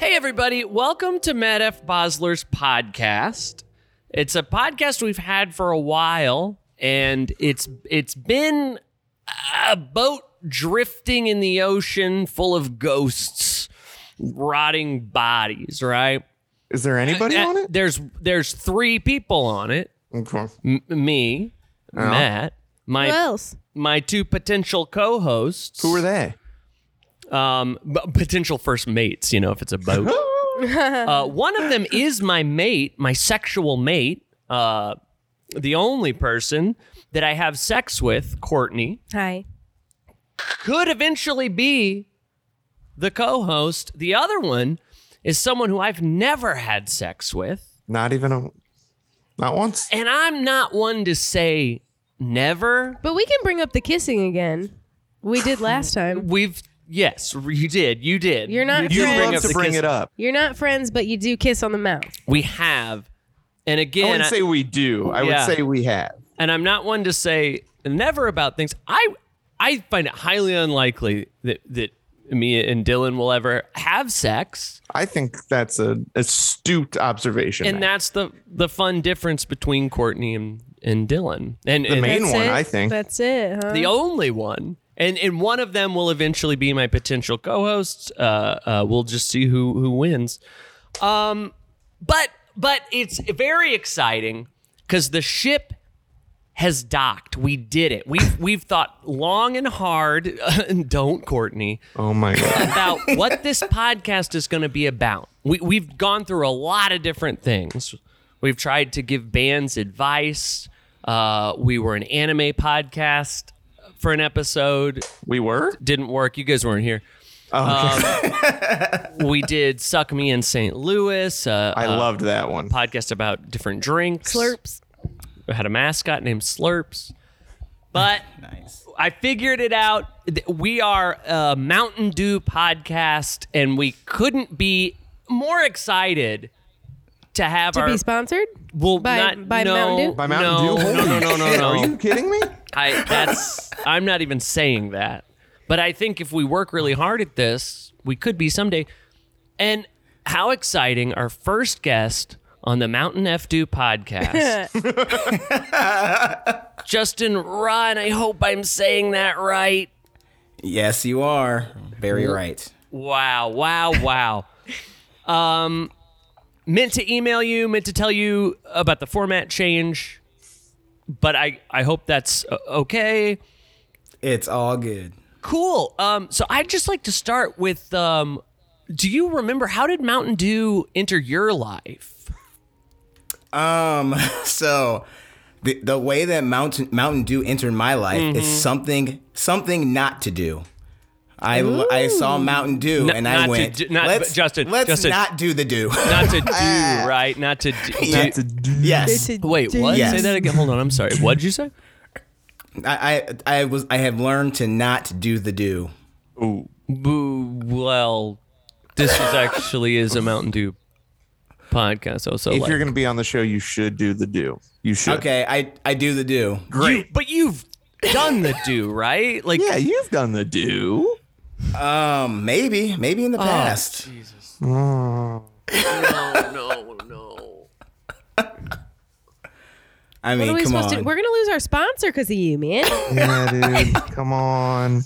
everybody. Welcome to Matt F. Bosler's podcast. It's a podcast we've had for a while, and it's it's been a boat drifting in the ocean full of ghosts, rotting bodies. Right? Is there anybody Uh, on it? There's there's three people on it. Okay. M- me, Oh. Matt, my Who else? my two potential co-hosts. Who are they? Um, b- potential first mates. You know, if it's a boat. Uh, one of them is my mate, my sexual mate, uh, the only person that I have sex with, Courtney, Hi. could eventually be the co host. The other one is someone who I've never had sex with. Not even a, not once. And I'm not one to say never. But we can bring up the kissing again. We did last time. We've, yes, you did. You did. You're not did You friends. love to bring kiss- it up. You're not friends, but you do kiss on the mouth. We have. And I again, wouldn't I- say we do. I Yeah. would say we have. and I'm not one to say never about things. I I find it highly unlikely that that me and Dylan will ever have sex, I think that's an astute observation. and Matt. that's the the fun difference between Courtney and and Dylan, and, and main- In That's one, it? I think. That's it, huh? the only one. And, and one of them will eventually be my potential co-host. Uh, uh, we'll just see who who wins. Um, but but it's very exciting because the ship has docked. We did it. We've we've thought long and hard. don't Courtney oh my god. about what this podcast is going to be about. We, we've gone through a lot of different things. We've tried to give bands advice. Uh, we were an anime podcast for an episode, we were. didn't work. You guys weren't here. Um, we did Suck Me in St. Louis, uh, I a loved that one. podcast about different drinks. slurps. We had a mascot named Slurps. But I figured it out. Th- We are a Mountain Dew podcast, and we couldn't be more excited to have To our be sponsored? well, by- not- by no, Mountain Dew? By Mountain no, Dew. No, no, Holy no, no, shit, no. Are you kidding me? I that's I'm not even saying that. But I think if we work really hard at this, we could be someday. And how exciting our first guest on the Mountain F Do podcast. Justin Run, I hope I'm saying that right. Yes, you are. Very right. Wow, wow, wow. um meant to email you, meant to tell you about the format change, but I I hope that's uh, okay. It's all good. Cool. Um, so I'd just like to start with um, do you remember how did Mountain Dew enter your life? Um, so the the way that Mountain Mountain Dew entered my life Mm-hmm. is something something not to do. I, I saw Mountain Dew N- and not I to went. do- not- let's, Justin, let's Justin. not do the do. Not to do, right? Not to do. Not do- yes, Wait, what? Yes. Say that again. Hold on. I'm sorry. What did you say? I, I I was I have learned to not do the do. Boo. Well, this is actually is a Mountain Dew podcast. So, so If like- you're going to be on the show, you should do the do. You should. Okay, I I do the do. You- but you've done the do right. Like Yeah, you've done the do. Um, maybe maybe in Oh. the past. Mm. no, no, no. I mean, What are we come supposed on. to? We're gonna lose our sponsor because of you, man. Yeah, dude. Come on.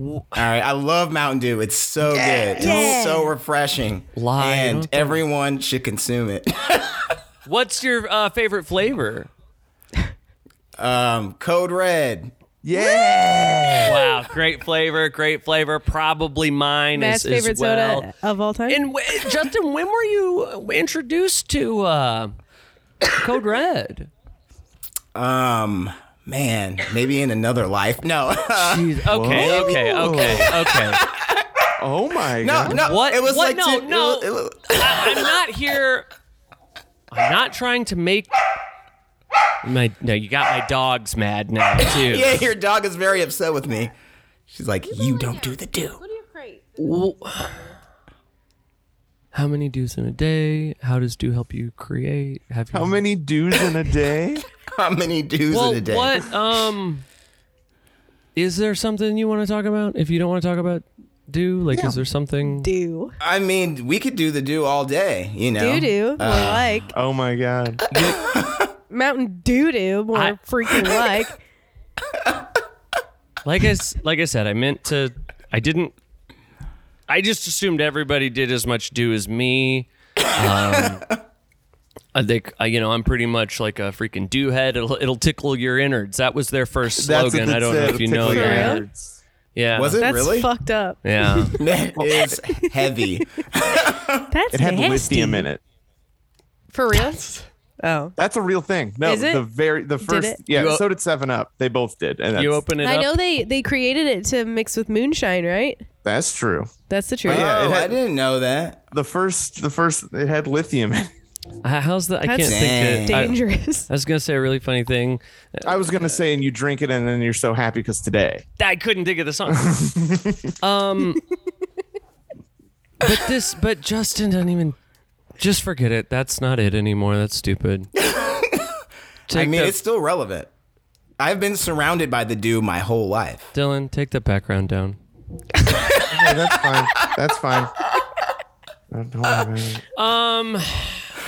All right, I love Mountain Dew. It's so good. It's Yeah. so refreshing. Lie, I and don't everyone should consume it. What's your uh, favorite flavor? Um, Code Red. Yeah. Wow, great flavor, great flavor. Probably mine Matt's as, as favorite well. soda of all time. And w- Justin, when were you uh, introduced to uh, Code Red? Um, man, maybe in another life. No, Jeez, okay, okay, okay, okay. Oh my no, god. no. What- It was what? like No, to- no. it was- I, I'm not here. I'm not trying to make my. No, you got my dogs mad now too. yeah, your dog is very upset with me. She's like, you don't do the do. Go to your crate. Wh- How many do's in a day? How does do help you create? Have you How many do's in a day? How many do's well, in a day? What um is there something you want to talk about? If you don't want to talk about do? Like, is there something? Do I mean, we could do the do all day, you know. doo doo more Um, like uh, Oh my god. Mountain Doo Doo more I- freaking like. Like I s- like I said, I meant to. I didn't. I just assumed everybody did as much do as me. Um, I think uh, you know I'm pretty much like a freaking do head. It'll, it'll tickle your innards. That was their first That's what slogan. it I don't know said, if you know tickle your Yeah. that. innards. Yeah. Was it That's really? fucked up. Yeah. That is heavy. That's It had nasty. lithium in it. For real? Oh. That's a real thing. No, Is it? the very the first it? yeah, You o- so did Seven Up. They both did. And that's, you open it I up. know they they created it to mix with moonshine, right? that's true. That's the truth. Yeah, it oh, had- I didn't know that. The first the first it had lithium in it. Uh, How's the? I can't That's think. Of, I, I Dangerous. was gonna say a really funny thing. I was gonna say and you drink it and then you're so happy because today. I couldn't think of the song. um, but this, but Justin doesn't even. Just forget it. That's not it anymore. That's stupid. I Take mean, the, it's still relevant. I've been surrounded by the do my whole life. Dylan, take the background down. Yeah, that's fine. That's fine. Uh, don't worry about it. Um,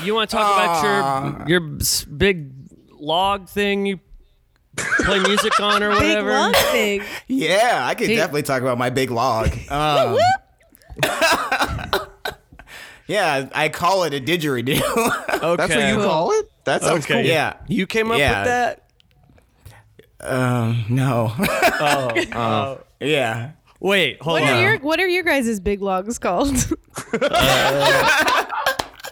you want to talk about your your s- big log thing you play music on or Big whatever? love thing. Yeah, I could definitely talk about my big log. Um, yeah, I call it a didgeridoo. Okay. That's what you call it? That sounds Okay. cool. yeah. You came up Yeah. with that? Um, no. Oh. yeah. Wait, hold What on. are your What are your guys' big logs called?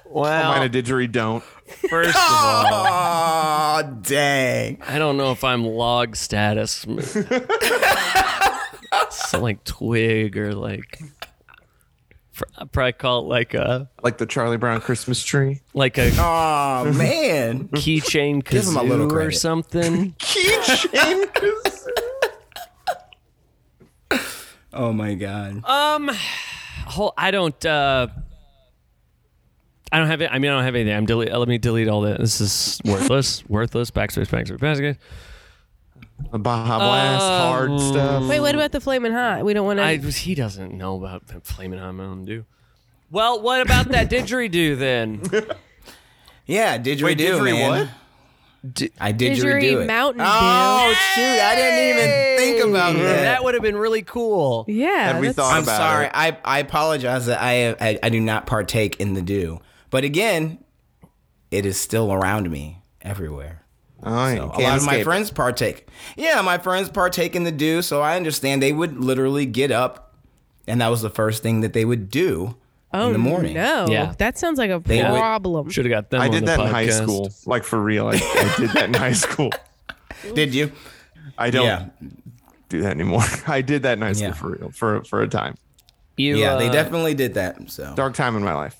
well, Mine a didgeridoo don't. first of all, Oh, dang. I don't know if I'm log status. Some like twig or like fr- I probably call it like a Like the Charlie Brown Christmas tree. like a Oh, man. keychain Give him a little kazoo or credit. something. Oh, my God. Um, whole, I don't. Uh, I don't have it. I mean, I don't have anything. I'm delete. Let me delete all that. This is worthless. worthless. Backspace. Backspace. Backspace. The Baja Blast, hard Oh. stuff. Wait, what about the flaming hot? We don't want I to. he doesn't know about the flaming hot Mountain Dew. Well, what about that didgeridoo then? Yeah, didgeridoo. Wait, didgeridoo man. what? I didgeridoo. Didgeridoo it. Mountain Dew. Oh, shoot. I didn't even think about that. that would have been really cool. Yeah. Have we that's- thought I'm about sorry. it? I, I apologize that I, I I do not partake in the do. But again, it is still around me everywhere. Oh, you So a can't lot of my escape. friends partake. Yeah, my friends partake in the do, so I understand they would literally get up and that was the first thing that they would do Oh, in the morning. No. Yeah. That sounds like a would- problem. Should have got them. I on did the that in high podcast. school. Like for real. I, I did that in high school. Did you? I don't Yeah. do that anymore. I did that in high school Yeah. for real. For for a time. You, Yeah, they uh, definitely did that. So Dark time in my life.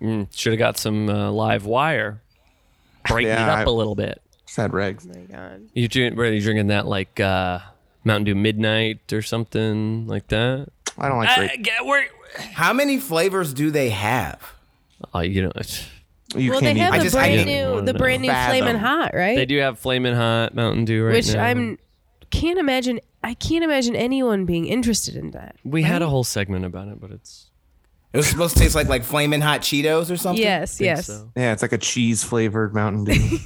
Mm. should have got some uh, live wire, breaking it Yeah, up I- a little bit. Sad regs. You drink? Were you drinking that like uh, Mountain Dew Midnight or something like that? I don't Uh, Uh, like grape. how many flavors do they have? Oh, you know, You Well, they can't have eat the I it. just- I brand didn't new, wanna the brand new fathom. flaming hot, right? they do have Flamin' Hot Mountain Dew right Which now. I'm can't imagine. I can't imagine anyone being interested in that. We had a whole segment about it, but it's It was supposed to taste like like flaming hot Cheetos or something. I Yes. think Yes. So. Yeah, it's like a cheese flavored Mountain Dew.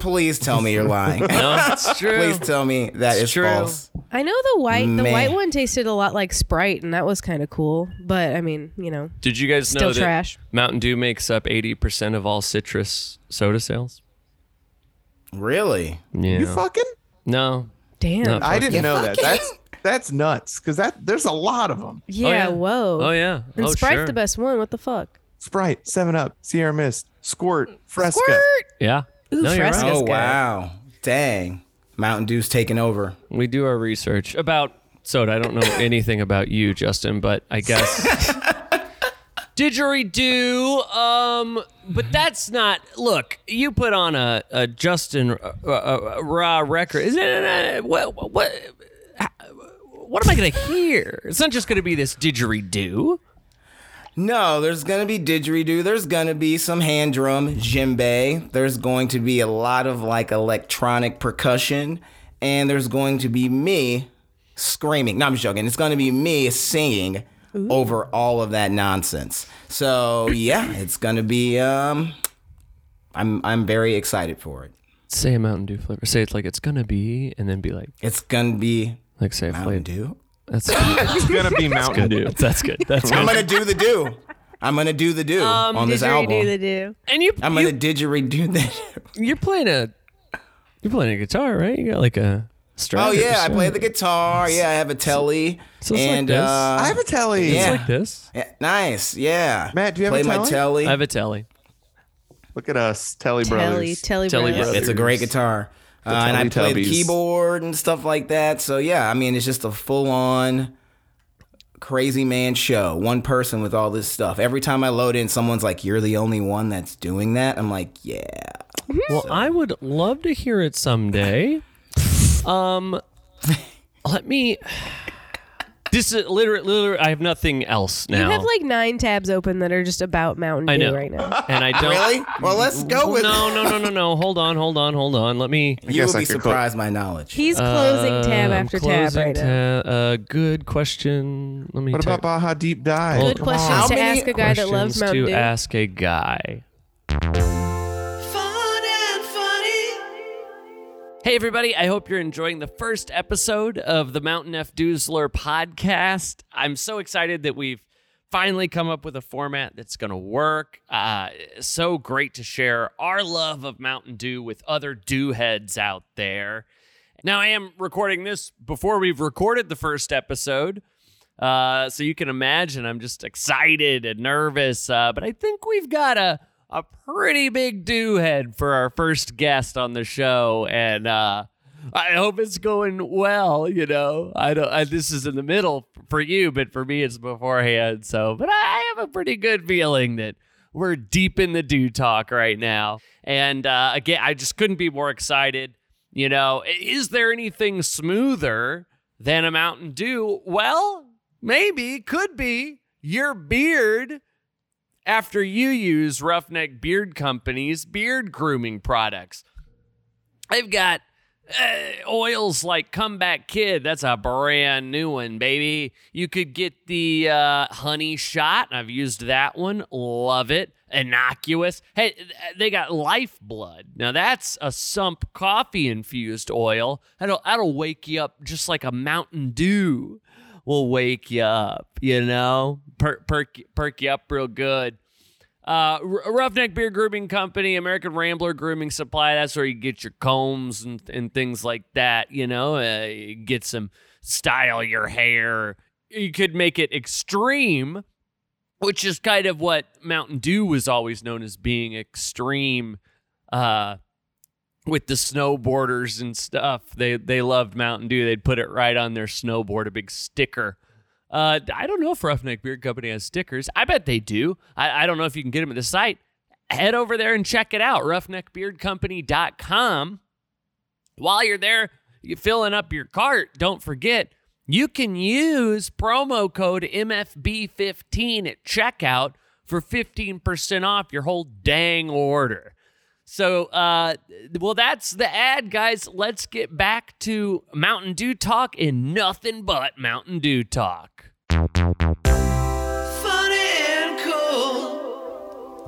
Please tell me you're lying. No, it's true. Please tell me that It's is true. false. I know the white. The Man. white one tasted a lot like Sprite, and that was kind of cool. But I mean, you know, Did you guys know Still that trash. Mountain Dew makes up eighty percent of all citrus soda sales? Really? Yeah. you fucking? no. damn. No. I didn't You know that. fucking- That's that's nuts. Cause that there's a lot of them. yeah, yeah. Whoa. Oh yeah. And oh Sprite's sure. the best one. What the fuck? Sprite, Seven Up, Sierra Mist, Squirt, Fresca. Yeah. Ooh, no, you're right. Fresca's Oh good. wow. Dang. Mountain Dew's taking over. We do our research about soda. I don't know anything about you, Justin, but I guess didgeridoo. Um, but that's not. Look, you put on a, a Justin uh, uh, Raw record. Is it? uh, What? What? What am I gonna hear? It's not just gonna be this didgeridoo. No, there's gonna be didgeridoo. There's gonna be some hand drum, djembe. There's going to be a lot of like electronic percussion, and there's going to be me screaming. No, I'm just joking. It's gonna be me singing over all of that nonsense. So yeah, it's gonna be. Um, I'm I'm very excited for it. Say a Mountain Dew flavor. Say it's like it's gonna be, and then be like, It's gonna be like say a Oh, Mountain flavor. Dew. That's good. It's gonna be Mountain Dew. That's good. That's I'm good. gonna do the do. I'm gonna do the do on this album. Um, the do. And you, I'm you gonna didgeridoo that. you're playing a you're playing a guitar, right? You got like a Oh Strat or yeah, I something. play the guitar. Yeah, I have a telly. so it's like and this. uh, I have a telly. Yeah. like this. yeah, nice. Yeah, Matt, do you have play a my telly? telly? I have a telly. Look at us, Telly Telly, Brothers. Telly, Telly Brothers. Brothers. it's a great guitar. Uh, and I play the Teletubbies. keyboard and stuff like that. So yeah, I mean it's just a full on crazy man show. One person with all this stuff. Every time I load in, someone's like, "You're the only one that's doing that." I'm like, "Yeah." Well, I would love to hear it someday. Um, let me. This is literally, literally. I have nothing else now, You have like nine tabs open that are just about Mountain Dew I know. right now. and I don't. Really? Well, let's go with. No, no, no, no, no. Hold on, hold on, hold on. Let me. You guess will I be could surprised my knowledge. He's closing tab Um, after tab closing right now. ta- uh, good question. Let me. What about type Baja Deep Dive? Well, Good Come questions on. to How many ask a guy that loves questions Mountain to Dew. ask a guy. Hey, everybody. I hope you're enjoying the first episode of the Mountain F. Doozler podcast. I'm so excited that we've finally come up with a format that's going to work. Uh, so great to share our love of Mountain Dew with other Dew heads out there. Now, I am recording this before we've recorded the first episode. Uh, so you can imagine I'm just excited and nervous, uh, but I think we've got a a pretty big do head for our first guest on the show, and uh, I hope it's going well. You know, I don't. I, this is in the middle for you, but for me it's beforehand. So, but I have a pretty good feeling that we're deep in the do talk right now, and uh, again, I just couldn't be more excited. You know, i- is there anything smoother than a Mountain Dew? Well, maybe, could be your beard after you use Roughneck Beard Company's beard grooming products. I've got uh, oils like Comeback Kid. That's a brand new one, baby. You could get the uh, Honey Shot. I've used that one. Love it. Innocuous. Hey, th- they got Lifeblood. Now that's a sump coffee infused oil. That'll that'll wake you up just like a Mountain Dew will wake you up. You know, perk perk perk you up real good. Uh, R- Roughneck Beard Grooming Company, American Rambler Grooming Supply. That's where you get your combs and, and things like that. You know, uh, you get some style your hair. You could make it extreme, which is kind of what Mountain Dew was always known as being extreme. Uh, with the snowboarders and stuff, they they loved Mountain Dew. They'd put it right on their snowboard, a big sticker. Uh, I don't know if Roughneck Beard Company has stickers. I bet they do. I, I don't know if you can get them at the site. Head over there and check it out, roughneckbeardcompany.com. While you're there, you're filling up your cart, don't forget you can use promo code MFB15 at checkout for 15% off your whole dang order. So, uh, well, that's the ad, guys. Let's get back to Mountain Dew talk and nothing but Mountain Dew talk.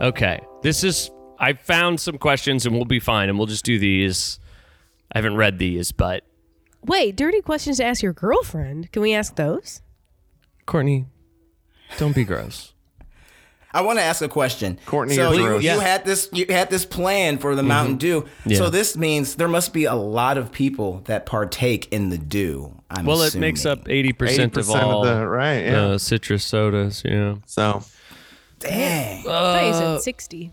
Okay, this is. I found some questions, and we'll be fine, and we'll just do these. I haven't read these, but Wait, dirty questions to ask your girlfriend. Can we ask those? Courtney, don't be gross. I want to ask a question. Courtney so or you, Drew? you Yeah. had this you had this plan for the Mountain Dew. So this means there must be a lot of people that partake in the dew. I'm Well, it assuming. makes up eighty percent of 80% all the right. Yeah. uh, citrus sodas. Yeah, so Dang. I thought you said 60.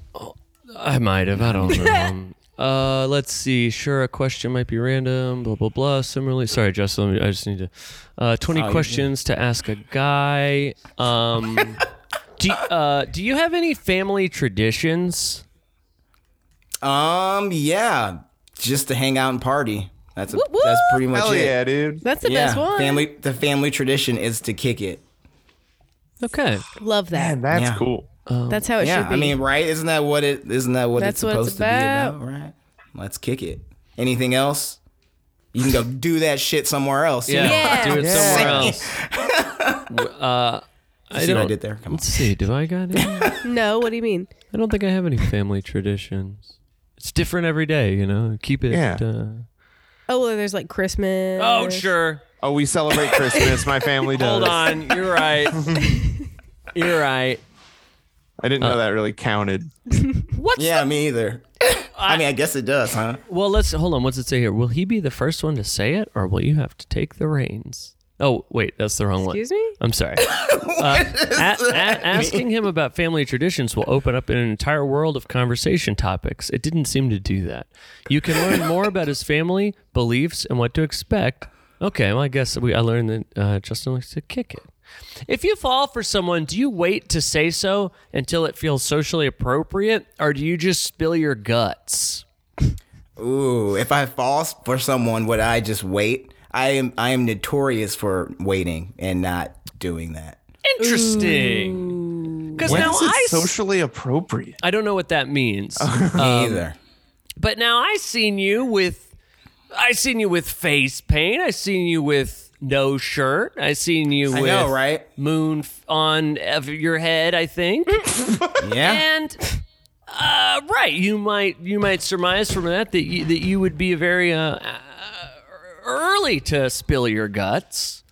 I might have. I don't know. uh, let's see. Sure, a question might be random. Blah blah blah. Similarly, sorry, Justin. let me- I just need to. Uh, Twenty questions to ask a guy. Um, do uh, do you have any family traditions? Um, yeah, just to hang out and party. That's a, whoop. that's pretty much hell it. yeah, dude. That's the yeah, best one. family. The family tradition is to kick it. Okay. Love that. Man, that's Yeah. cool. That's how it yeah, should be. I mean, right? Isn't that what it? Isn't that what That's it's what it's supposed to be about? Right. Let's kick it. Anything else? You can go do that shit somewhere else. you Yeah, know? Yeah. do it Yeah. somewhere else. W- uh, I See what I don't. did there? Come on. Let's see. Do I got? Any? No, what do you mean? I don't think I have any family traditions. It's different every day, you know. Keep it. Yeah. Uh, Oh, well, there's like Christmas. oh sure. Oh, we celebrate Christmas. My family does. Hold on. You're right. You're right. I didn't know that really counted. Yeah, me either. I mean, I guess it does, huh? Well, let's hold on. What's it say here? Will he be the first one to say it, or will you have to take the reins? Oh, wait, that's the wrong one. Excuse me? I'm sorry. Uh, a- a- asking him about family traditions will open up an entire world of conversation topics. It didn't seem to do that. You can learn more about his family, beliefs, and what to expect. Okay, well, I guess we, I learned that uh, Justin likes to kick it. If you fall for someone, do you wait to say so until it feels socially appropriate, or do you just spill your guts? Ooh, if I fall for someone, would I just wait? I am I am notorious for waiting and not doing that. Interesting. Because When now is it I, s- socially appropriate? I don't know what that means, Me Um, either. but now I seen you with, I seen you with face paint. I seen you with no shirt. I seen you I with know, right? moon f- on of your head. I think, Yeah. and uh, right, you might you might surmise from that that you, that you would be very uh, uh, early to spill your guts,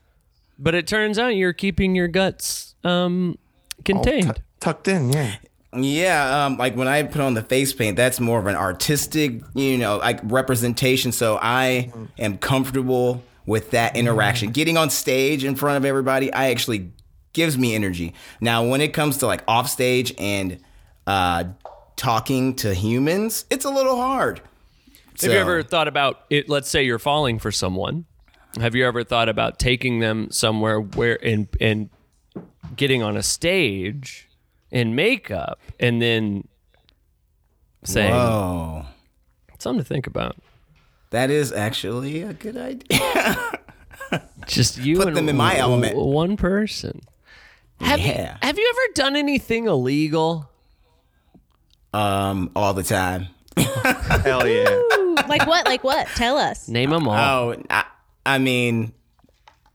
but it turns out you're keeping your guts um, contained. Tu- tucked in, yeah. Yeah, um, like when I put on the face paint, that's more of an artistic, you know, like representation. So I am comfortable with that interaction. Getting on stage in front of everybody, I actually gives me energy. Now, when it comes to like off stage and uh, talking to humans, it's a little hard. Have you So- ever thought about it? Let's say you're falling for someone. Have you ever thought about taking them somewhere where and and getting on a stage in makeup and then saying Oh, something to think about? that is actually a good idea. Just you Put and them in my w- element. w- One person. Have Yeah. you, have you ever done anything illegal? um, all the time. Hell yeah. like what? Like what? Tell us. Name them all. Oh, I, I mean,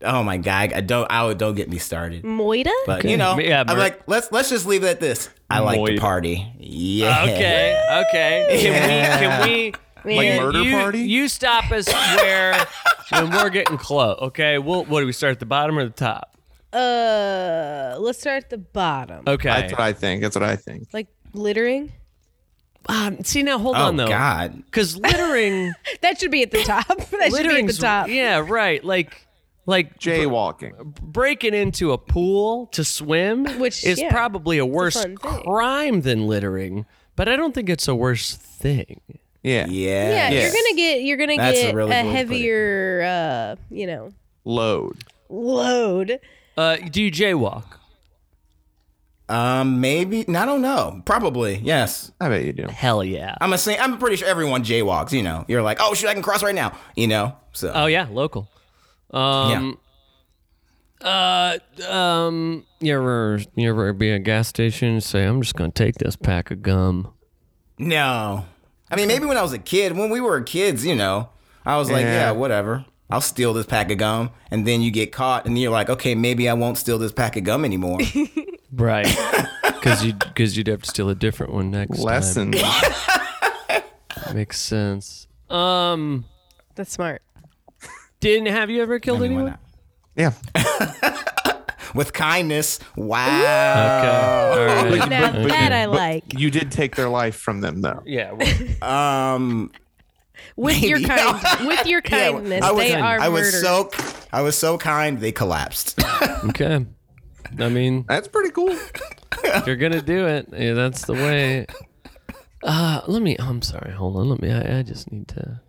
oh my god, I don't, I would, don't get me started. Moida? But you know, Yeah, I'm Mer- like, let's let's just leave it at this. I like Moid. to party. Oh, Yeah. Uh, Okay, okay. Can we? Can we? Like you- murder you- party? You stop us where when we're getting close. Okay. Well, what do we start at the bottom or the top? Uh, let's start at the bottom. Okay. That's what I think. That's what I think. Like littering? Um, see now, hold Oh on though, God. because littering, That should be at the top. that should be at littering's the top. Yeah, right. Like, like Jaywalking. breaking into a pool to swim, Which, is yeah, probably a worse fun thing. crime than littering, but I don't think it's a worse thing. Yeah. Yeah. Yeah, Yes. you're gonna get you're gonna That's a get a, really good way to put it. heavier, uh, you know, Load. load. Uh, do you jaywalk? Um, maybe. I don't know. Probably. Yes. I bet you do. Hell yeah. I'm a say. I'm pretty sure everyone jaywalks. You know. You're like, oh shoot, I can cross right now. You know. So. Oh yeah, local. Um, Uh, um, you ever you ever be at a gas station and say, "I'm just gonna take this pack of gum." no. I mean, maybe when I was a kid, when we were kids, you know, I was like, Yeah. yeah, whatever. I'll steal this pack of gum, and then you get caught, and you're like, okay, maybe I won't steal this pack of gum anymore. Right. Because you because you'd have to steal a different one next Lesson. time. Makes sense. Um, That's smart. didn't have you ever killed I mean, why anyone? not? yeah. With kindness. Wow. Okay. All right. Now but- that I but like You did take their life from them, though. Yeah. right. Um. with your maybe. kind with your Yeah, kindness. I was, they are I was murdered. so I was so kind. They collapsed. Okay. I mean, That's pretty cool. if you're gonna do it, yeah, that's the way. Uh, let me. I'm sorry. Hold on. Let me. I, I just need to.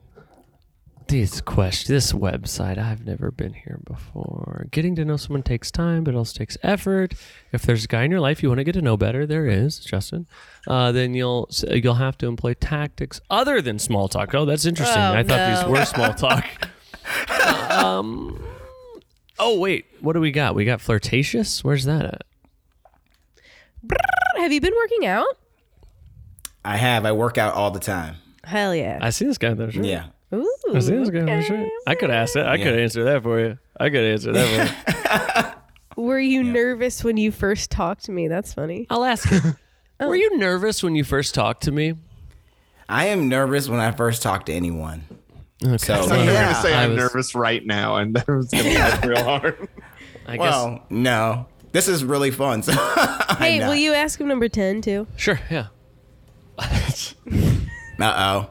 These questions. This website. I've never been here before. Getting to know someone takes time, but also takes effort. If there's a guy in your life you want to get to know better, there is Justin. Uh, then you'll so you'll have to employ tactics other than small talk. Oh, that's interesting. Oh, I thought no. these were small talk. um. Oh wait, what do we got? We got flirtatious. Where's that at? Have you been working out? I have. I work out all the time. Hell yeah. I see this guy in there. Sure. Yeah. Ooh. That sounds good. Sure. I could ask that. I could answer that for you. I could answer that for you. Were you nervous when you first talked to me? That's funny. I'll ask you. Were you nervous when you first talked to me? I am nervous when I first talk to anyone. So, I'm yeah. gonna say I I'm was- nervous right now, and that was gonna be real hard. I guess. Well, no. This is really fun. So Hey, know. will you ask him number 10 too? Sure. Yeah. Uh oh.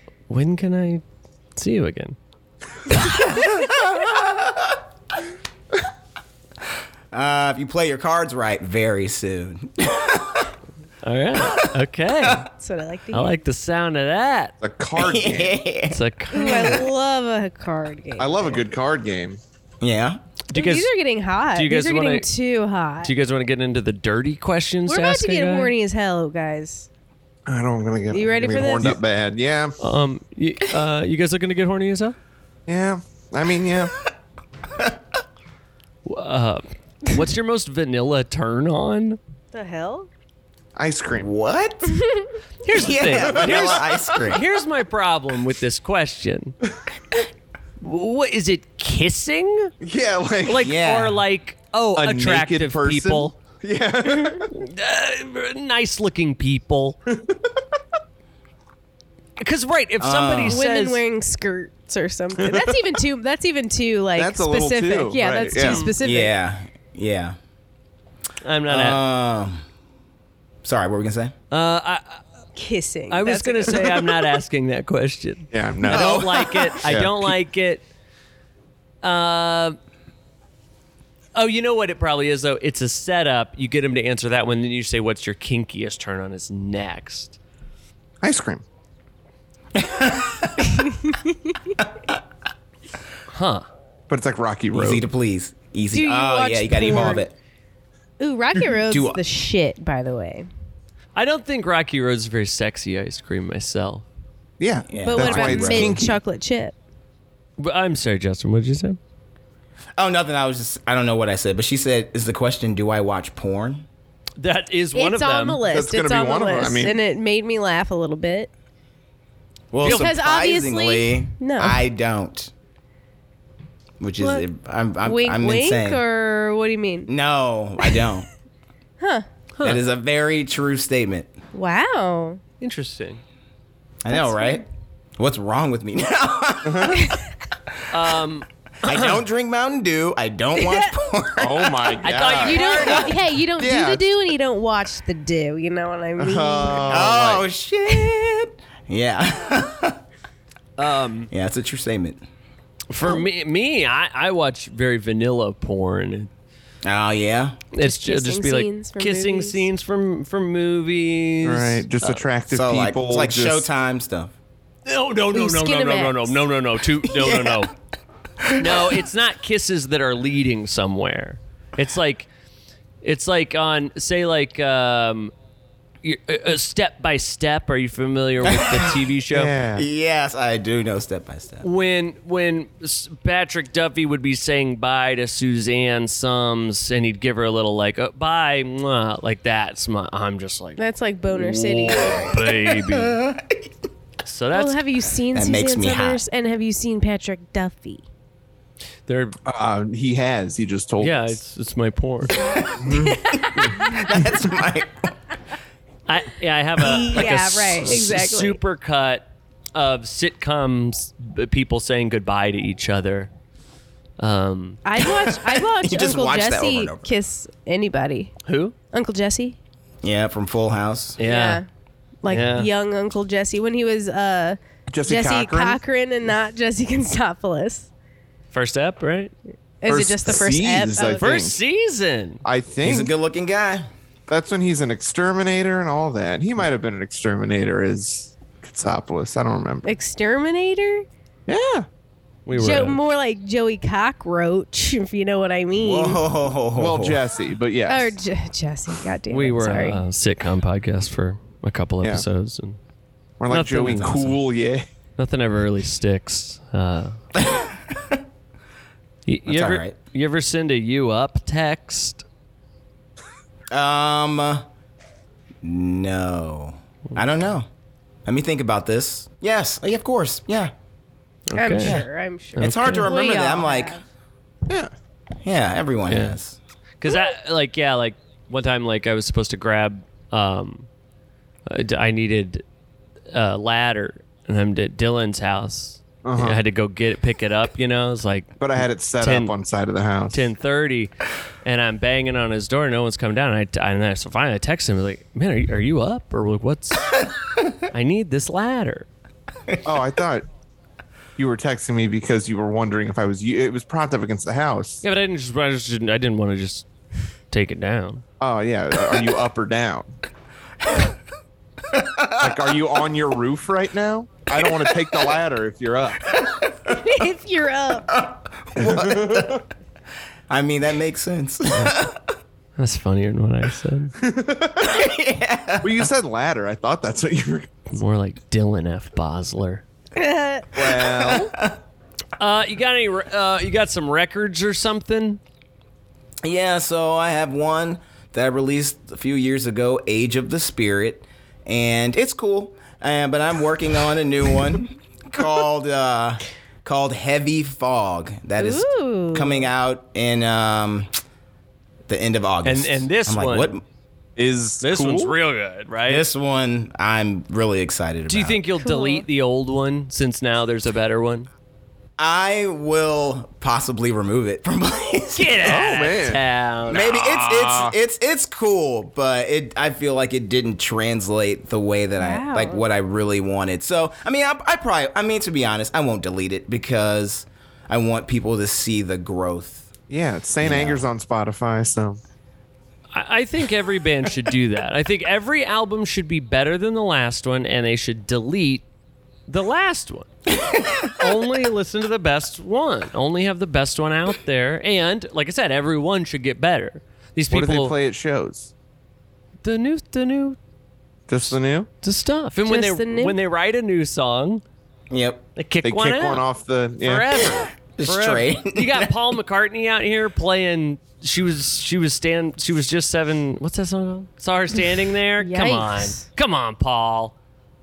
When can I see you again? Uh, if you play your cards right, very soon. All right. Okay. I That's what I like to hear. like the sound of that. A card game. It's like, Ooh, I love a card game. I love a good card game. yeah. do you guys These are getting hot. do you guys These are wanna- getting too hot. do you guys want to get into the dirty questions? We're to about ask to a get guy? horny as hell, guys. I don't. I'm gonna get. You ready I'm gonna for get this? Horned up bad. Yeah. Um, you, uh, you guys looking to get horny as hell? Yeah. I mean, yeah. What's your most vanilla turn on? The hell? Ice cream. What? Here's the yeah. thing. Here's, Vanilla ice cream. here's my problem with this question. What is it? Kissing? Yeah. Like. Like Yeah. or like? Oh, a naked attractive person? people. Uh, Yeah. nice looking people. Because right, if somebody Uh. says Women wearing skirts or something. That's even too that's even too like That's a little specific. too, yeah, right, that's yeah. too specific. Yeah. Yeah. I'm not. a- Uh. Um. Sorry, what were we gonna say? Kissing. I was That's gonna a good- say I'm not asking that question. Yeah. No. I don't like it. I Yeah. don't like it. Uh, oh, you know what it probably is though. It's a setup. You get him to answer that one, then you say, "What's your kinkiest turn on?" Is next. Ice cream. Huh. But it's like Rocky Road. Easy to please. Easy. Do you oh watch yeah, you gotta porn? evolve it. Ooh, Rocket Road's Do- the shit, by the way. I don't think Rocky Road's very sexy ice cream myself. yeah. Yeah. But That's what why about it's mint pink. chocolate chip? But I'm sorry, Justin. What did you say? Oh, nothing. I was just. I don't know what I said, but she said, "Is the question? Do I watch porn?" That is one it's of on them. the That's list. gonna it's be on one the of them. I list. mean- and it made me laugh a little bit. Well, Because surprisingly, obviously- No. I don't. Which is, What? I'm, I'm, Wink I'm wink insane. or what do you mean? no, I don't. huh. That is a very true statement. Wow. Interesting. I know, right? What's wrong with me now? Um, I don't drink Mountain Dew. I don't watch porn. Oh my god. thought You don't hey, you don't Yeah. Uh-huh. do the do and you don't watch the do, you know what I mean? Oh, shit. Yeah. um, yeah, it's a true statement. For me, me, I, I watch very vanilla porn. Oh, yeah. It's just, just kissing be like scenes from kissing movies. scenes from from movies. Right, just attractive uh, So, like, people. it's like just- Showtime stuff. No, no, no, Ooh, no, no, no, no, no, Skinamax. no, no, no, two, no, no, no. No, it's not kisses that are leading somewhere. It's like, it's like on say like um, y- uh, uh, step by step. Are you familiar with the TV show? Yeah. Yes, I do know step by step. when when S- Patrick Duffy would be saying bye to Suzanne Sums and he'd give her a little like uh bye mwah, like that smi- I'm just like That's like Boner City. "Whoa, baby. so that's Well, have you seen That Suzanne makes me hot. Summers and have you seen Patrick Duffy? they're Uh, he has. He just told. yeah, us. it's it's my porn. That's my. I yeah, I have a like a Yeah, s- right, s- exactly. super cut of sitcoms b- people saying goodbye to each other. Um, I'd watch I'd watch You just Uncle watch that over Jesse and over. kiss anybody. who? Uncle Jesse? Yeah, from Full House. Yeah. Like Yeah. young Uncle Jesse when he was uh, Jesse, Cochran. Jesse Cochran. and not Jesse Constopoulos. First step, right? Is First it just the first ep? C's, I of- think. First season. I He's a think good looking guy. that's when he's an exterminator and all that. He might have been an exterminator as Katsopoulos. I don't remember. Exterminator? Yeah. We Joe, were more like Joey Cockroach, if you know what I mean. Whoa. Well, Jesse, but yes. Or J- Jesse, goddamn. we it, were uh, sorry. a sitcom podcast for a couple Yeah. episodes and We're like nothing Joey is awesome. Cool, yeah. nothing ever really sticks. Uh, you, you That's ever, alright. you ever send a you up text? Um, no, I don't know. Let me think about this. Yes, yeah, of course, yeah. I'm Okay. sure. I'm sure. It's hard to We remember that. all I'm like, have. Yeah. yeah, everyone Yeah. has. Because I like yeah, like one time like I was supposed to grab um, I d- I needed a ladder and I'm at Dylan's house. Uh-huh. I had to go get it, pick it up. You know, it's like But I had it set Ten- up one side of the house. ten thirty, and I'm banging on his door. No one's come down. And I t- and I, so finally I text him like, man, are you, are you up or like what's? I need this ladder. Oh, I thought you were texting me because you were wondering if I was. It was propped up against the house. Yeah, but I didn't just I just didn't I didn't want to just take it down. Oh yeah, are you up or down? like, are you on your roof right now? I don't want to take the ladder if you're up. if you're uh, up. I mean, that makes sense. That's funnier than what I said. Well, you said ladder. I thought that's what you were. More like Dylan F. Bosler. Well, Uh, you got any? Uh, you got some records or something? Yeah, so I have one that I released a few years ago, Age of the Spirit, and it's cool. Uh, but I'm working on a new one called uh, called Heavy Fog that is Ooh. coming out in um, the end of August. And- and this I'm like, one- what? is This cool? one's real good, right? This one I'm really excited about. Do you think you'll delete the old one since now there's a better one? I will possibly remove it from places? out man. town. Maybe it's it's it's it's cool, but it I feel like it didn't translate the way that I Wow. like what I really wanted. So I mean, I, I probably I mean to be honest, I won't delete it because I want people to see the growth. yeah, it's St. Anger's on Spotify, so I I think every band should do that. I think every album should be better than the last one, and they should delete the last one. Only listen to the best one. Only have the best one out there. And like I said, every one should get better. These what do people, they play at shows? the new, the new, Just the new? the stuff. And when they Just the new- when they write a new song, Yep, they kick They one kick out. one off the. Yeah. forever. Just Forever. straight. You got Paul McCartney out here playing. She was she was stand she was just seven. What's that song called? Saw her standing there. Come on, Yikes. come on, Paul.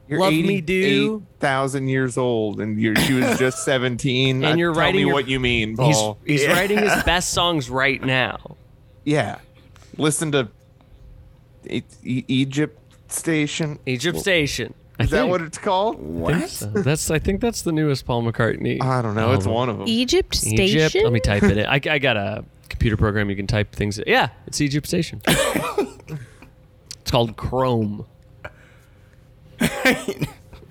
You're Love Me Do. thousand years old, and you're, she was just seventeen. And you're tell writing me your- what you mean, He's Paul. he's writing his best songs right now. yeah, listen to E- E- Egypt Station. Egypt Station. Is that what it's called? what? That's I think that's the newest Paul McCartney. I don't know. It's one of them. Egypt station. Egypt. Let me type it in. I, I got a computer program you can type things. Yeah, it's Egypt Station. it's called Chrome. You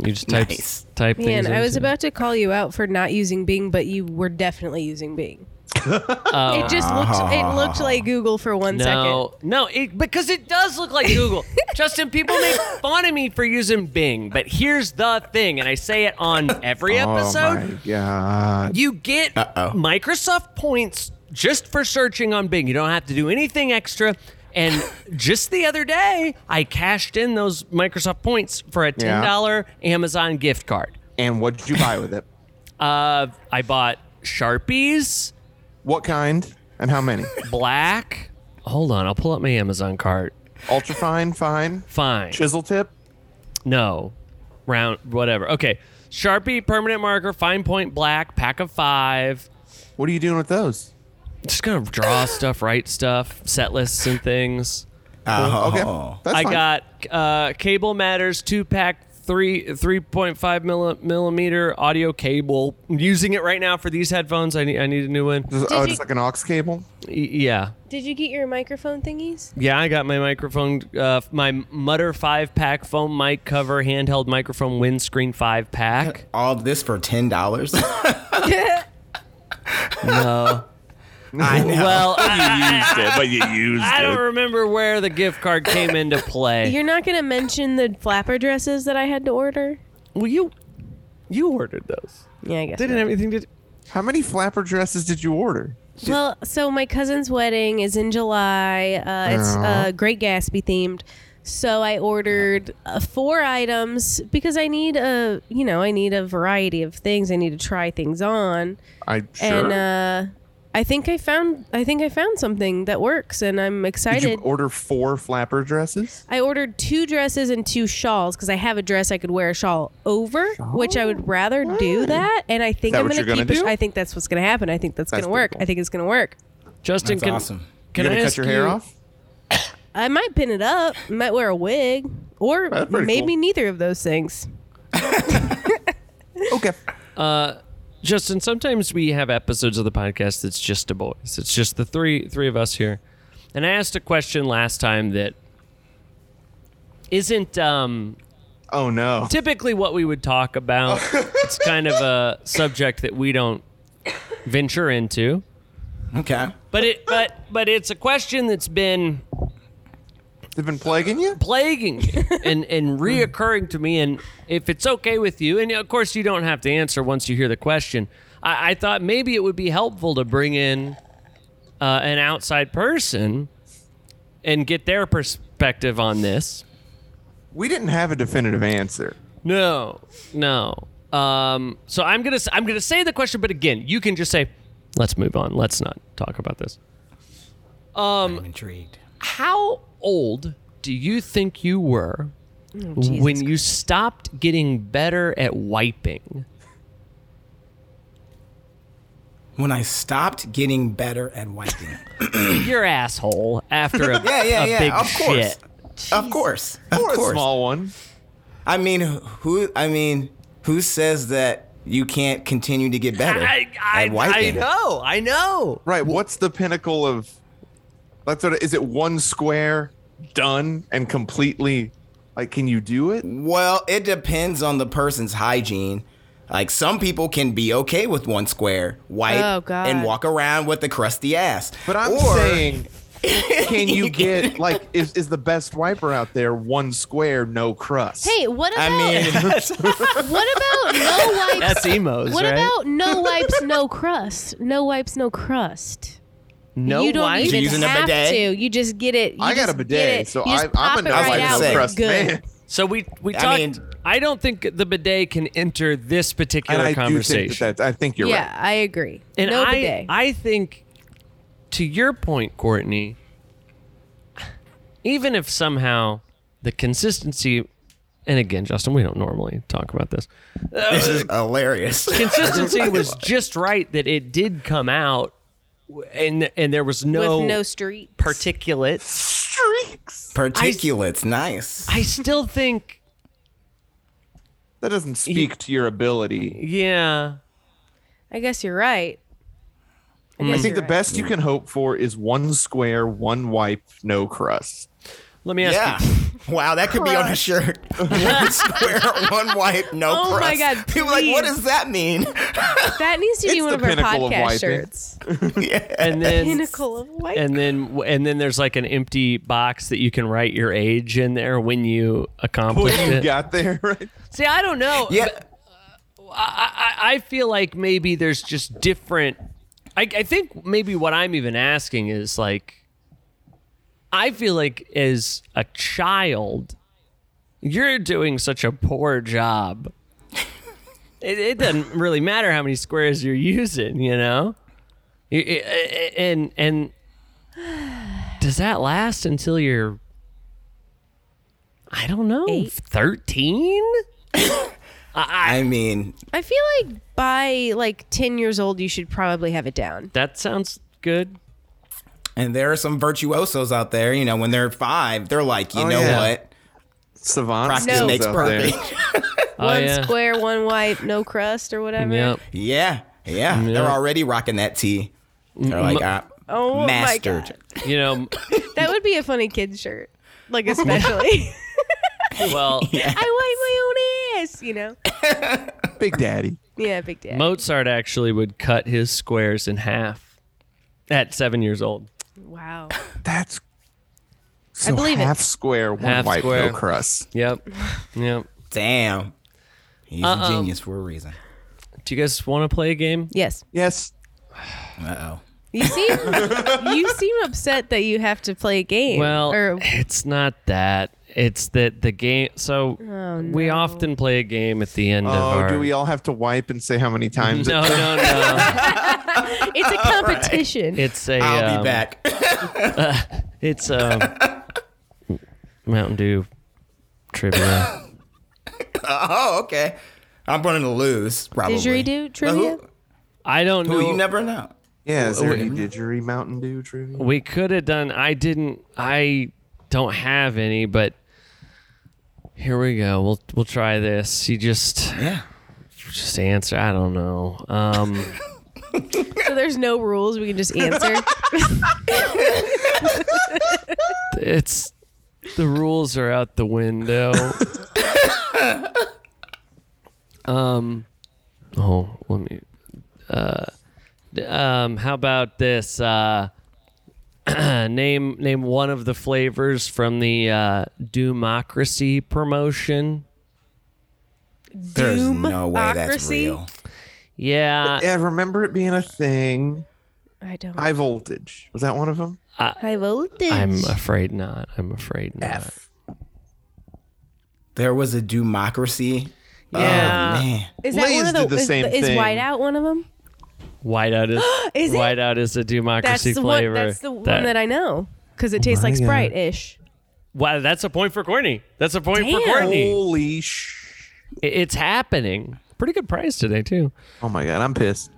just type Nice. type things. Man, I was into it. about to call you out for not using Bing, but you were definitely using Bing. it just looked it Ah. looked like Google for one second. no, no, it, because it does look like Google. Justin, people make fun of me for using Bing, but here's the thing, and I say it on every Oh episode. my god! You get Microsoft points just for searching on Bing. You don't have to do anything extra. And just the other day, I cashed in those Microsoft points for a Yeah. $10 Amazon gift card. And what did you buy with it? Uh, I bought Sharpies, What kind and how many? black. Hold on, I'll pull up my Amazon cart. Ultrafine, fine, Fine. chisel tip. No. Round, whatever. Okay. Sharpie, permanent marker, fine point, black, pack of five. What are you doing with those? Just gonna draw stuff, write stuff, set lists and things. Oh, Okay, that's I fine. got uh, cable matters two pack three three point five milli- millimeter audio cable. I'm using it right now for these headphones. I need I need a new one. Y- Just, oh, you- just like an aux cable. yeah, Did you get your microphone thingies? yeah. I got my microphone, uh, my Mutter five pack foam mic cover, handheld microphone, windscreen five pack. all this for ten dollars. No, I know. well, I, used it, but you used I don't remember where the gift card came into play. You're not gonna mention the flapper dresses that I had to order? Well, you you ordered those. Yeah, I guess. Didn't have anything to. How many flapper dresses did you order? Well, so my cousin's wedding is in July. Uh, it's Aw. uh, Great Gatsby themed. So I ordered uh, four items because I need a, you know, I need a variety of things. I need to try things on. I sure. And uh I think I found I think I found something that works and I'm Did you excited. order four flapper dresses? I ordered two dresses and two shawls because I have a dress I could wear a shawl over, which I would rather do that. And I think that I'm what gonna you're gonna keep it- do? I think that's what's gonna happen. I think that's, That's gonna work. pretty cool. I think it's gonna work. Justin, That's can, awesome. can you I gonna ask cut your hair you- off? I might pin it up. Might wear a wig, or That's pretty maybe cool. neither of those things. Okay. Justin, sometimes we have episodes of the podcast that's just a boys. It's just the three three of us here. And I asked a question last time that isn't um, Oh no. typically what we would talk about. it's kind of a subject that we don't venture into. Okay. But it but but it's a question that's been They've been plaguing you? plaguing me and and reoccurring to me. And if it's okay with you, and of course you don't have to answer once you hear the question. I, I thought maybe it would be helpful to bring in uh, an outside person and get their perspective on this. We didn't have a definitive answer. No, no. Um, so I'm gonna s- I'm gonna say the question, but again, you can just say, "Let's move on. Let's not talk about this." I'm intrigued. How old do you think you were Oh, when you stopped getting better at wiping? When I stopped getting better at wiping. Your asshole after a, Yeah, yeah, a yeah. big of course. shit. Of course. Of Or a course. small one. I mean, who? I mean, who says that you can't continue to get better I, I, at wiping? I know, I know. Right. What's the pinnacle of that's what it- is it one square done and completely like can you do it? Well, it depends on the person's hygiene. Like some people can be okay with one square wipe Oh, God. and walk around with a crusty ass. But I'm Or- saying can you get like is, is the best wiper out there one square no crust? Hey, what I about mean, what about no wipes? That's emos, what right? about no wipes, no crust? No wipes, no crust. no you don't wipes? even Using a have bidet? to. You just get it. You I got just a get bidet, it. so You just I, I'm pop a it no right wipe out. no You're crust good. man. So we we I talked. I, mean- don't think the bidet can enter this particular And I do conversation. think that, that I think you're yeah, right. I agree. And no I, bidet. I think, to your point, Courtney, even if somehow the consistency, and again, Justin, we don't normally talk about this, this is hilarious. consistency was just right that it did come out, w- and and there was no with no street. particulates. Particulates, nice. I still think, That doesn't speak to your ability. yeah, I guess you're right. Oh I, I guess think you're the right. best you can hope for is one square, one wipe, no crust. let me ask Yeah. you. Wow, that could be on a shirt. one square, one wipe, no Oh my crust. God, People are like, what please. does that mean? That needs to be It's one the of our pinnacle of podcast wiping. shirts. And then. Pinnacle of white. And then, and then there's like an empty box that you can write your age in there when you accomplish What you it. got there, right? See, I don't know. yeah. I, I feel like maybe there's just different. I, I think maybe what I'm even asking is like, I feel like as a child, you're doing such a poor job. it, it doesn't really matter how many squares you're using, you know. You- you- And and does that last until you're? I don't know. Thirteen. I mean, I feel like by like 10 years old, you should probably have it down. That sounds good. and there are some virtuosos out there, you know, when they're five, they're like, you Oh, know yeah. what? Savant Practice skills makes out there. perfect. Oh, One yeah. square, one white, no crust or whatever. Yep. Yeah, yeah, Mm, They're already rocking that tee. They're like, uh, Oh my mastered. God. you know, That would be a funny kid shirt. Like, especially, well, I wipe my own ass, you know? Big Daddy. Yeah, big dad. Mozart actually would cut his squares in half at seven years old. wow. That's so believe it. half square, one Half wipe, square. no crust. Yep. Yep. Damn. He's a genius for a reason. Do you guys want to play a game? Yes. Yes. Uh oh. You seem you seem upset that you have to play a game. Well, or, it's not that. It's that the game. So we often play a game at the end of Oh, our. do we all have to wipe and say how many times? no, it- no, no. It's a competition. It's a. I'll um, be back. It's um, Mountain Dew trivia. oh, okay. I'm going to lose. Probably. Uh, Didgeridoo trivia? Uh-huh. Who, I don't who know. you never know. Yeah, is there any didgeridoo Mountain Dew trivia? we could have done. I didn't. I don't have any, but here we go. We'll we'll try this. You just Yeah. just answer. I don't know. Um, So there's no rules. We can just answer. it's the rules are out the window. um, oh, let me. Uh, d- um, how about this? Uh, name name one of the flavors from the uh, Democracy promotion. There's no way that's Doomocracy? real. Yeah, Yeah, I remember it being a thing. I don't. High voltage. Was that one of them? High voltage. I'm afraid not. I'm afraid not. There was a democracy. Yeah. Uh, Oh, man. Is that one Lay's of the, did the is, same is thing. whiteout one of them? Whiteout is, Is it? whiteout is a That's democracy the flavor. one. That's the one That- that I know Oh because it tastes like Sprite ish. wow, that's a point for Courtney. That's a point for Damn. Courtney. Holy sh! I- It's happening. Pretty good price today too. Oh my god, I'm pissed.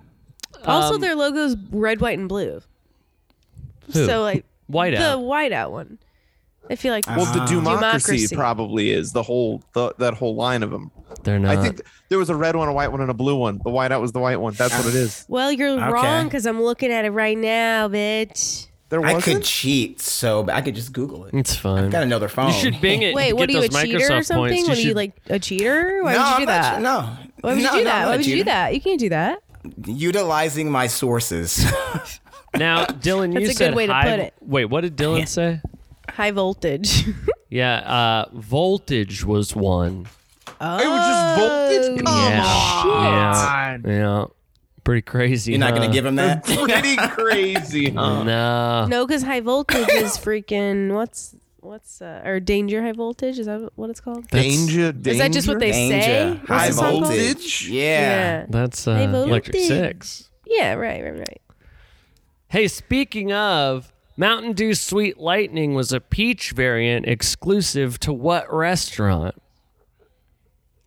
Um, also, their logo's red, white, and blue. Who? So like the Whiteout. whiteout one. I feel like Well, the Ah. democracy, Democracy. probably is the whole the, that whole line of them. They're not. I think th- there was a red one, a white one, and a blue one. The white out was the white one. That's what it is. Well, you're wrong wrong because I'm looking at it right now, bitch. There I could wasn't. cheat so bad. I could just Google it. it's fine. Got another phone. Mm. You should Bing it. Wait, and what are get you a those cheater or Microsoft something? points. What You are you should- like a cheater? Why no, would you I'm do not- that? No. Why would No, you do no, I'm that? not Why a would you do cheater. that? You can't do that. Utilizing my sources. Now, Dylan, That's you a good said way to high- put it. Wait, what did Dylan say? High voltage. Yeah, uh, voltage was one. It was Oh. just voltage. Come Oh yeah. on. Yeah. Yeah. Pretty crazy. You're not going huh? to give him that? Pretty crazy, huh? No. no, because high voltage is freaking what's what's uh, or danger high voltage is that what it's called? Danger, danger. Is that just what they say? Danger. What's High the song called? voltage. Yeah. Yeah. That's uh, High electric voltage. six. Yeah. Right. Right. Right. Hey, speaking of, Mountain Dew Sweet Lightning was a peach variant exclusive to what restaurant?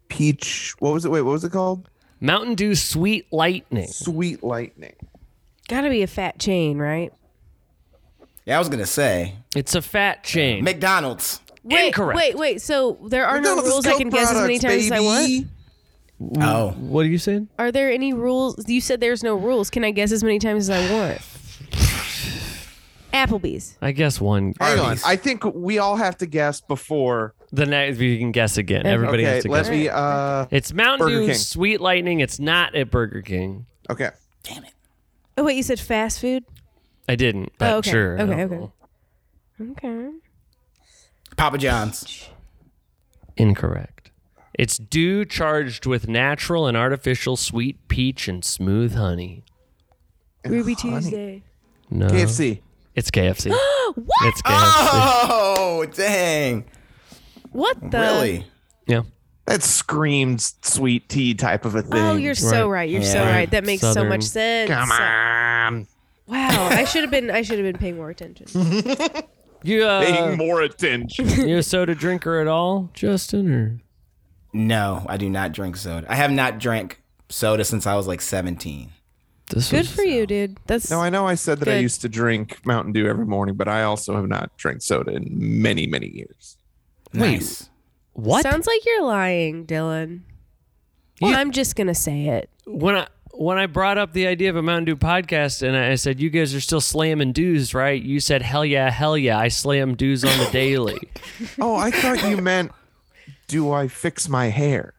Peach. What was it? Wait, what was it called? Mountain Dew Sweet Lightning. Sweet lightning. Got to be a fat chain, right? Yeah, I was going to say. It's a fat chain. McDonald's. Wait, Incorrect. Wait. Wait. So there are no McDonald's is rules. I Coke can guess as many products, times as I want. baby. Oh. Mm. What are you saying? Are there any rules? You said there's no rules. Can I guess as many times as I want? Applebee's. I guess one. Hang on. Arby's. I think we all have to guess before. The next you can guess again. Everybody okay, has to let guess. me. Uh, It's Mountain Burger Dew King. Sweet Lightning. It's not at Burger King. okay. Oh wait, you said fast food. I didn't. But Oh, okay. Uh, Sure. Okay, I don't okay. know. Okay. Papa John's. Incorrect. It's dew charged with natural and artificial sweet peach and smooth honey. Ruby Tuesday. No. KFC. It's KFC. What? It's KFC. Oh, dang. What Uh, the? Really? Yeah. That screams sweet tea type of a thing. Oh, you're so Right. right. You're so Yeah. right. That makes so much Southern. sense. Come on. Wow, I should have been. I should have been paying more attention. You Paying uh, more attention. you a soda drinker at all, Justin? Or No, I do not drink soda. I have not drank soda since I was like 17. this Good was- for you, dude. That's no, I know I said that I Good. used to drink Mountain Dew every morning, but I also have not drank soda in many, many years. Nice. what? sounds like you're lying, Dylan. I'm just gonna say it. when I when I brought up the idea of a Mountain Dew podcast and I said you guys are still slamming dues, right? You said hell yeah, hell yeah, I slam dues on the daily. Oh, I thought you meant, do I fix my hair?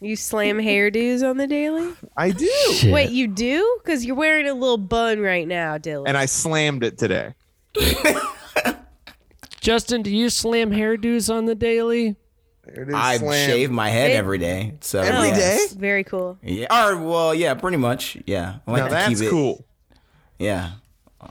You slam hairdos on the daily. I do. Shit. Wait, you do? Because you're wearing a little bun right now, Dylan. And I slammed it today. Justin, do you slam hairdos on the daily? There it is, I slammed. shave my head every day. So Every yes. day? Very cool. Yeah. Or well, yeah, pretty much. Yeah. I like Now to keep that's it- cool. Yeah.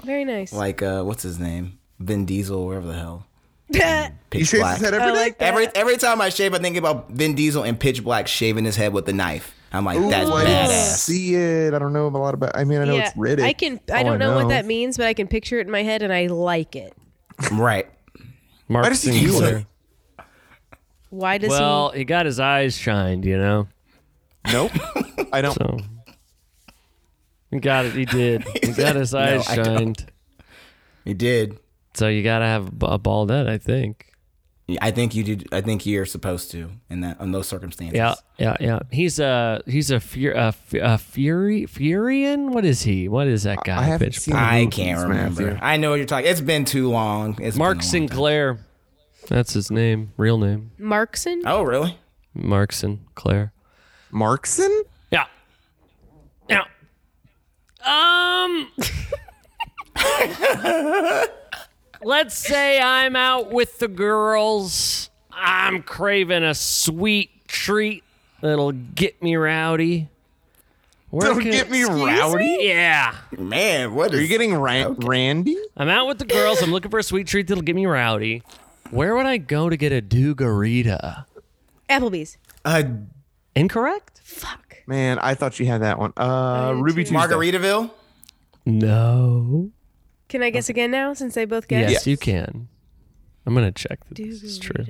Very nice. Like uh what's his name? Vin Diesel, wherever the hell. He Pitch shaves black. his head every day? like Every every time I shave, I think about Vin Diesel and Pitch Black shaving his head with a knife. I'm like, that's Ooh, I didn't badass. see it. I don't know a lot about. I mean, I know yeah, it's Riddick. I can. I All don't know, know. what that means, but I can picture it in my head, and I like it. Right. Mark Why does he do Sinclair. it? Why does Well, he got his eyes shined, you know. Nope. I don't. So he got it. He did. He got his eyes I don't. shined. You did. So you gotta have a b- a baldette, I think. I think you did. I think you're supposed to in that on those circumstances. Yeah, yeah, yeah. He's a he's a, fur, a, fu- a fury furian. What is he? What is that guy? I haven't Bitch. seen the I movies, can't Matthew. remember. I know what you're talking. It's been too long. It's Mark been a long Sinclair. That's his name, real name, he Markson? time. Oh, really? Mark Sinclair. Markson? Yeah. Yeah. Um. let's say I'm out with the girls. I'm craving a sweet treat that'll get me rowdy. Where Don't can- get me rowdy. Yeah. Man, what is? Are you getting ra- randy? I'm out with the girls. I'm looking for a sweet treat that'll get me rowdy. Where would I go to get a Dugarita? Applebee's. uh, Incorrect? Fuck. Man, I thought you had that one. Uh, Ruby Tuesday. Margaritaville? No. Can I guess again now? Since they both Yes, guessed. you can. I'm gonna check that this is true.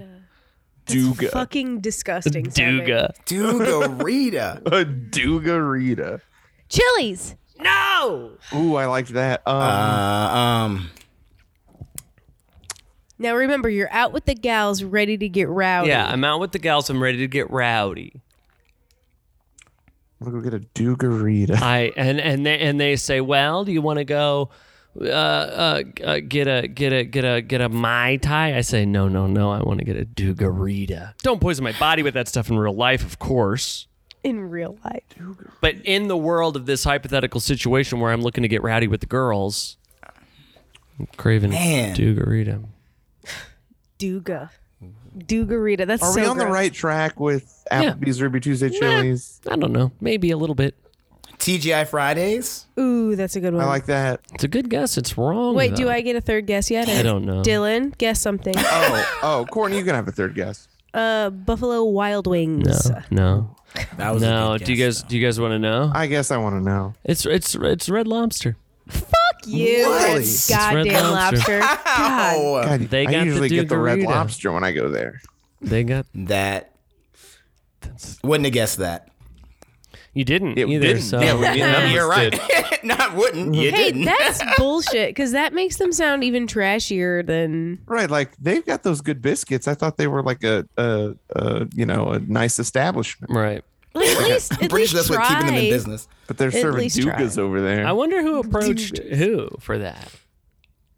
Duga. Fucking disgusting. sounding. Duga. Dugarita. A Dugarita. Chili's. No. Ooh, I liked that. Um, uh, um, Now remember, you're out with the gals, ready to get rowdy. Yeah, I'm out with the gals. I'm ready to get rowdy. I'm gonna go get a Dugarita. I and and they and they say, well, do you want to go? Uh, uh, g- uh, get a get a get a get a mai tai. I say no, no, no. I want to get a Dugarita. Don't poison my body with that stuff in real life, of course. In real life. But in the world of this hypothetical situation where I'm looking to get rowdy with the girls, I'm craving a Man. Dugarita. Duga. Dugarita. That's Are so we on the gross. right track with Applebee's, Ruby Tuesday, Chili's? I don't know, maybe a little bit. TGI Fridays. Ooh, that's a good one. I like that. It's a good guess. It's wrong. Wait, do though. I get a third guess yet? I don't know. Dylan, guess something. Oh, oh, Courtney, you can have a third guess. uh, Buffalo Wild No, Wings. no, That was no. A good do you guess, guys do you guys want to know? I guess I want to know. It's it's it's Red Lobster. You Really? Red goddamn lobster. lobster. God. though. God, They I got the usually get the red Dugarita. lobster when I go there. They got That wouldn't have guessed that. you didn't It either. didn't. So Yeah, we didn't. None of You're us right. did. Not wouldn't. You Hey, didn't. that's bullshit. Because that makes them sound even trashier than. Right, like they've got those good biscuits. I thought they were like a, a, a you know, a nice establishment, right. Like, at least, at British. least That's try. what keeping them in business. but they're serving least dugas try. over there. I wonder who approached who for that.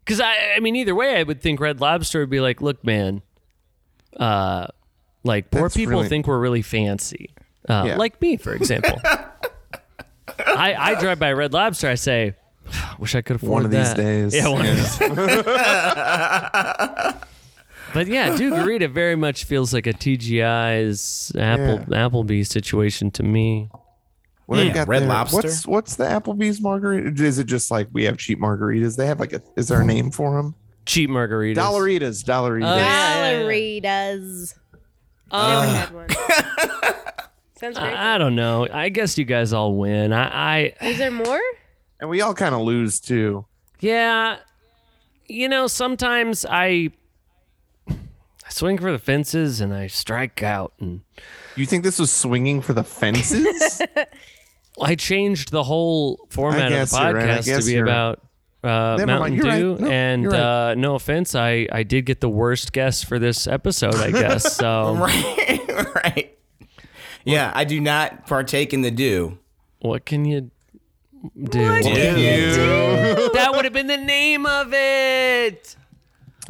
Because I I mean either way I would think Red Lobster would be like, look, man, uh, like poor That's people really- think we're really fancy, uh, Yeah. like me for example. I I drive by Red Lobster. I say. Wish I could afford one of these that." days. Yeah, one of these But yeah, Dugarita very much feels like a TGI's Apple Applebee's situation to me. What they've Yeah, got Red there- Lobster. What's what's the Applebee's margarita? Is it just like we have cheap margaritas? They have like a is there a name for them? Cheap margaritas. Dollaritas, Oh, dollaritas. yeah, yeah, yeah. Balleritas. Oh, Uh, Sounds great. I I don't know. I guess you guys all win. I, I Is there more? and we all kind of lose too. yeah, you know, sometimes I I swing for the fences and I strike out and You think this was swinging for the fences? I changed the whole format of guess the you're right. I podcast to guess be you're right. about uh, Never mind. Mountain You're right. Dew, No, and you're right. uh, no offense, I I did get the worst guess for this episode, I guess. So Right. right. Yeah, I do not partake in the do. what can you do? That would have been the name of it.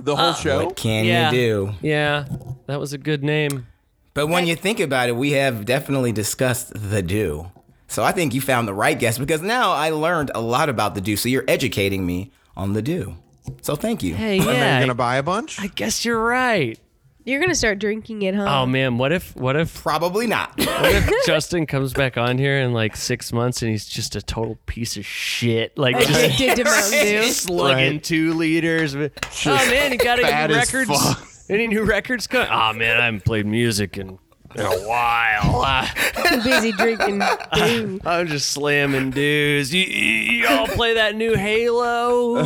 the whole show. What can Yeah. you do? Yeah, that was a good name. But when you think about it, we have definitely discussed the do. So I think you found the right guess because now I learned a lot about the do. So you're educating me on the do. So thank you. Hey, And then yeah, you're I, gonna buy a bunch. I guess you're right. You're gonna start drinking it, huh? Oh man, what if what if Probably not. what if Justin comes back on here in like six months and he's just a total piece of shit, like just Addicted to Mountain Dew. slugging two liters. of- oh man, he got any fat new as records? fuck. Any new records? co- Oh man, I haven't played music in in a while. Too busy drinking. Boo. I'm just slamming dudes. You, you, you all play that new Halo?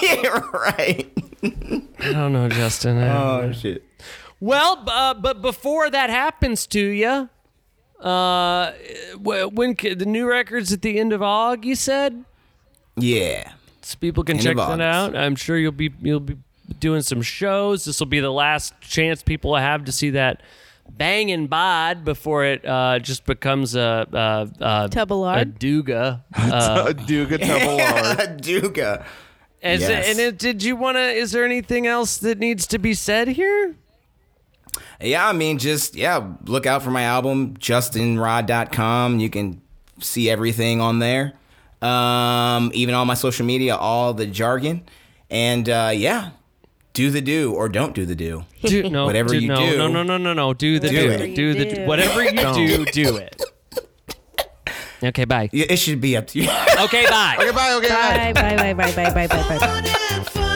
yeah, right. I don't know, Justin. I don't know. shit. Well, b- uh, but before that happens to you, uh, w- when c- the new records at the end of Aug, you said, Yeah. so people can End check of that August. out. I'm sure you'll be you'll be doing some shows. This will be the last chance people have to see that banging bod before it uh, just becomes a a, a, a Tubalard. duga. a Duga Tubalard. Duga. Is it- Yes. and it, did you want to? Is there anything else that needs to be said here? Yeah, I mean, just, yeah, look out for my album, justinrod.com. You can see everything on there. Um, even all my social media, all the jargon. And uh, yeah, do the do or don't do the do. Do, no, Whatever do, you no, do. no, no, no, no, no. Do the do, Do do, it. the Do. whatever you do, do it. Okay, bye. It should be up to you. Okay, bye. okay, bye. Okay, bye. Bye, bye, bye, bye, bye, bye, bye, bye. Fun and fun.